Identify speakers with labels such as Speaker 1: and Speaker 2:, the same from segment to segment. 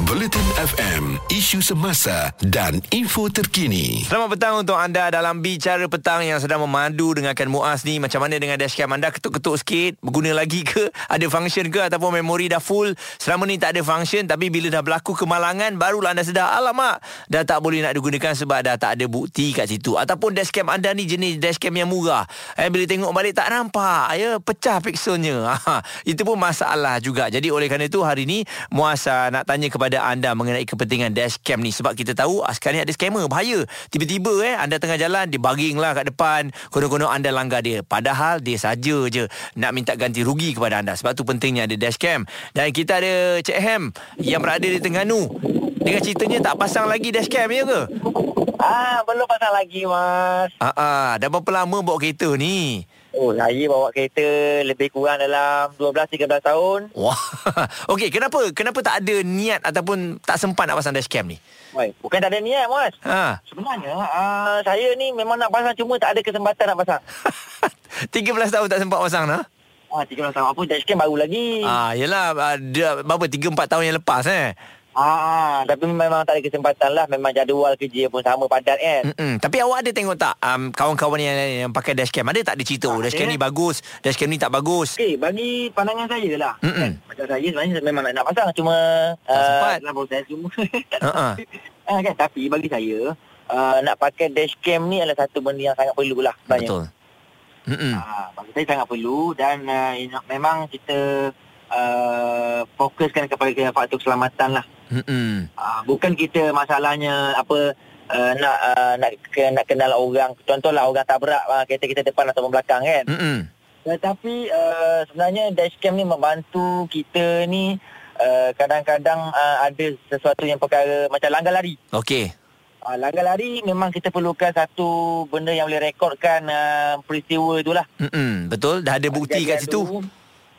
Speaker 1: Bulletin FM, isu semasa dan info terkini.
Speaker 2: Selamat petang untuk anda dalam Bicara Petang yang sedang memadu dengarkan Muaz ni. Macam mana dengan dashcam anda? Ketuk-ketuk sikit, berguna lagi ke? Ada function ke? Ataupun memori dah full? Selama ni tak ada function tapi bila dah berlaku kemalangan barulah anda sedar, alamak, dah tak boleh nak digunakan sebab dah tak ada bukti kat situ. Ataupun dashcam anda ni jenis dashcam yang murah. Eh, bila tengok balik tak nampak. Ya, pecah pikselnya. Ha, itu pun masalah juga. Jadi oleh kerana itu hari ni Muaz ah, nak tanya kepada anda mengenai kepentingan dashcam ni sebab kita tahu ah, sekarang ni ada scammer bahaya. Tiba-tiba eh anda tengah jalan dia baring lah kat depan kono-kono anda langgar dia. Padahal dia saja je nak minta ganti rugi kepada anda. Sebab tu pentingnya ada dashcam. Dan kita ada Cik Ham yang berada di Terengganu. Dengan ceritanya tak pasang lagi dashcam ya ke?
Speaker 3: Ah, belum pasang lagi, Mas.
Speaker 2: Ah, ah, dah berapa lama bawa kereta ni?
Speaker 3: Oh, saya bawa kereta lebih kurang dalam 12-13 tahun.
Speaker 2: Wah. Okey, kenapa? Kenapa tak ada niat ataupun tak sempat nak pasang dashcam ni?
Speaker 3: Wai, bukan tak ada niat, Mas.
Speaker 2: Ha.
Speaker 3: Sebenarnya, ah, saya ni memang nak pasang cuma tak ada kesempatan nak pasang.
Speaker 2: 13 tahun tak sempat pasang dah.
Speaker 3: Ah, 13 tahun apa, dashcam baru lagi.
Speaker 2: Ah,
Speaker 3: Ah.
Speaker 2: yelah ada berapa 3 4 tahun yang lepas eh.
Speaker 3: ah, tapi memang tak ada kesempatan lah. Memang jadual kerja pun sama padat kan.
Speaker 2: Mm-mm. Tapi awak ada tengok tak um, kawan-kawan yang lain yang pakai dashcam ada tak dia cerita oh,
Speaker 3: Ada.
Speaker 2: dashcam ni bagus, dashcam ni tak bagus.
Speaker 3: Okey, bagi pandangan saya lah.
Speaker 2: Mm-mm.
Speaker 3: Kan, Macam saya sebenarnya memang nak, nak pasang cuma...
Speaker 2: Tak sempat.
Speaker 3: Uh, dalam proses cuma tak
Speaker 2: Ha ah.
Speaker 3: Ah, kan? Tapi bagi saya, uh, nak pakai dashcam ni adalah satu benda yang sangat perlu lah. sebenarnya.
Speaker 2: Betul. Mm-mm.
Speaker 3: Ah, bagi saya sangat perlu dan uh, in- memang kita uh, fokuskan kepada ke- faktor keselamatan lah.
Speaker 2: Mm-mm.
Speaker 3: Ah, bukan kita masalahnya apa uh, nak uh, nak ke, nak kenal orang. Contohlah orang tabrak uh, kereta kita depan ataupun belakang kan.
Speaker 2: Mm-mm.
Speaker 3: Tetapi uh, sebenarnya dashcam ni membantu kita ni uh, kadang-kadang uh, ada sesuatu yang perkara macam langgar lari.
Speaker 2: Okey.
Speaker 3: Uh, langgar lari memang kita perlukan satu benda yang boleh rekodkan uh, peristiwa tu lah.
Speaker 2: Mm-mm. Betul, dah ada bukti kat
Speaker 3: Kejadian
Speaker 2: situ.
Speaker 3: tu,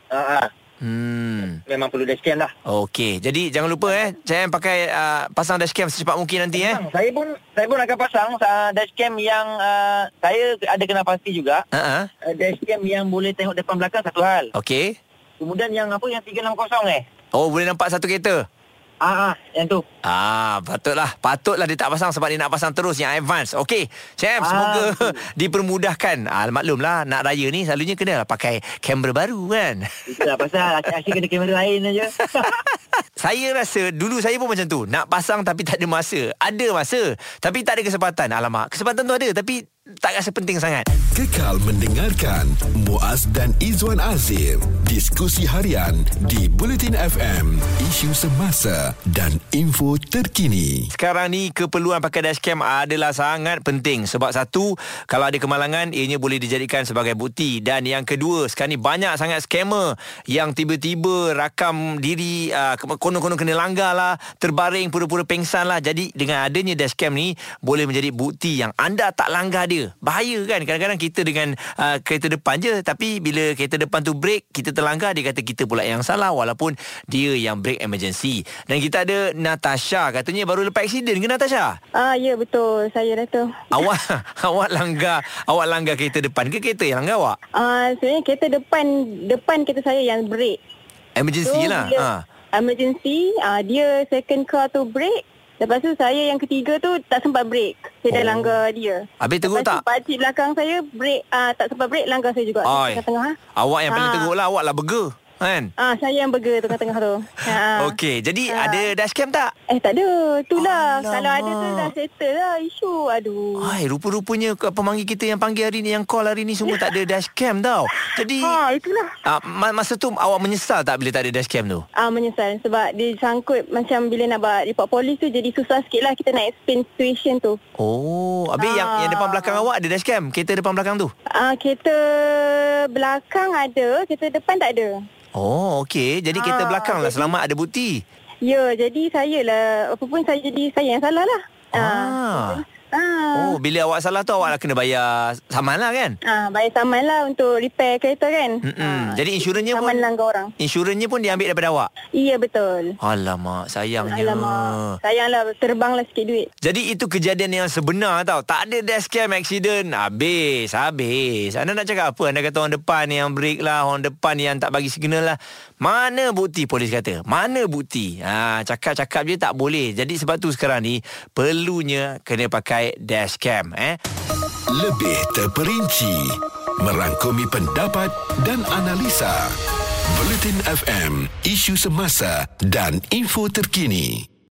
Speaker 3: Ah, ah,
Speaker 2: Hmm.
Speaker 3: memang perlu dashcam lah.
Speaker 2: Okey. Jadi jangan lupa eh, jangan pakai uh, pasang dashcam secepat mungkin nanti eh.
Speaker 3: Bang, saya pun saya pun akan pasang uh, dashcam yang uh, saya ada kena pasti juga.
Speaker 2: Ha ah.
Speaker 3: Uh, dashcam yang boleh tengok depan belakang satu hal.
Speaker 2: Okey.
Speaker 3: Kemudian yang apa yang 360 eh.
Speaker 2: Oh, boleh nampak satu kereta.
Speaker 3: Ah, ah yang tu.
Speaker 2: Ah, patutlah. Patutlah dia tak pasang sebab dia nak pasang terus yang advance. Okey, Chef, ah.
Speaker 3: Ah,
Speaker 2: semoga
Speaker 3: betul.
Speaker 2: dipermudahkan. Ah, maklumlah, nak raya ni selalunya kena lah pakai kamera baru kan.
Speaker 3: Itulah pasal asyik-asyik kena kamera lain aja.
Speaker 2: saya rasa dulu saya pun macam tu. Nak pasang tapi tak ada masa. Ada masa, tapi tak ada kesempatan. Alamak, kesempatan tu ada tapi tak rasa penting sangat.
Speaker 1: Kekal mendengarkan Muaz dan Izwan Azir. Diskusi harian di Bulletin FM, isu semasa dan info terkini.
Speaker 2: Sekarang ni keperluan pakai dashcam adalah sangat penting sebab satu kalau ada kemalangan ianya boleh dijadikan sebagai bukti dan yang kedua sekarang ni banyak sangat scammer yang tiba-tiba rakam diri uh, konon-konon kena langgar lah terbaring pura-pura pengsan lah jadi dengan adanya dashcam ni boleh menjadi bukti yang anda tak langgar dia bahaya kan kadang-kadang kita dengan uh, kereta depan je tapi bila kereta depan tu break kita terlanggar dia kata kita pula yang salah walaupun dia yang break emergency dan kita ada Natasha katanya baru lepas accident ke Natasha
Speaker 4: Ah ya betul saya dah tu.
Speaker 2: awak awak langgar awak langgar kereta depan ke kereta yang langgar awak
Speaker 4: Ah sebenarnya kereta depan depan kereta saya yang break.
Speaker 2: emergency lah
Speaker 4: bila
Speaker 2: ha
Speaker 4: Emergency ah dia second car tu break. Lepas tu saya yang ketiga tu tak sempat break. Saya oh. dah
Speaker 2: Oh.
Speaker 4: langgar dia.
Speaker 2: Habis teruk
Speaker 4: Lepas tu
Speaker 2: tak?
Speaker 4: pakcik belakang saya break ah tak sempat break langgar saya juga.
Speaker 2: Oi.
Speaker 4: Tengah-tengah.
Speaker 2: Awak yang paling
Speaker 4: Ah.
Speaker 2: teruk lah Awak lah burger Kan
Speaker 4: Ah saya yang burger tengah-tengah tu. Ha.
Speaker 2: Okey Jadi
Speaker 4: Ah.
Speaker 2: ada dashcam tak?
Speaker 4: Eh tak ada. Itulah
Speaker 2: Alamak.
Speaker 4: kalau ada tu dah settle lah isu. Aduh.
Speaker 2: Hai, rupa-rupanya ke- pemanggil kita yang panggil hari ni Yang call hari ni semua tak ada dashcam tau Jadi
Speaker 4: Ha itulah.
Speaker 2: ah, ma- Masa tu awak menyesal tak bila tak ada dashcam tu?
Speaker 4: Ah menyesal sebab dia sangkut macam bila nak buat report polis tu jadi susah sikit lah kita nak explain situation tu.
Speaker 2: Oh, habis yang yang depan belakang awak ada dashcam? Kereta depan belakang tu?
Speaker 4: Ah kereta belakang ada, kereta depan tak ada.
Speaker 2: Oh, okey. Jadi kereta
Speaker 4: Ah,
Speaker 2: belakang lah selama ada bukti.
Speaker 4: Ya, jadi saya lah apa pun saya jadi saya yang salah lah.
Speaker 2: Ah.
Speaker 4: Ah. Ah.
Speaker 2: Oh, bila awak salah tu awak lah kena bayar saman lah kan?
Speaker 4: Ah, bayar saman lah untuk repair kereta kan.
Speaker 2: Mm-mm. Jadi insurannya pun
Speaker 4: Saman lah kau orang.
Speaker 2: insurannya pun diambil daripada awak.
Speaker 4: Iya betul.
Speaker 2: Alamak, sayangnya.
Speaker 4: Alamak. Sayanglah terbanglah lah sikit duit.
Speaker 2: Jadi itu kejadian yang sebenar tau. Tak ada dash cam accident. Habis, habis. Anda nak cakap apa? Anda kata orang depan yang break lah. Orang depan yang tak bagi signal lah. Mana bukti polis kata? Mana bukti? Ha, cakap-cakap je tak boleh. Jadi sebab tu sekarang ni perlunya kena pakai dash cam. Eh?
Speaker 1: Lebih terperinci merangkumi pendapat dan analisa. Bulletin FM, isu semasa dan info terkini.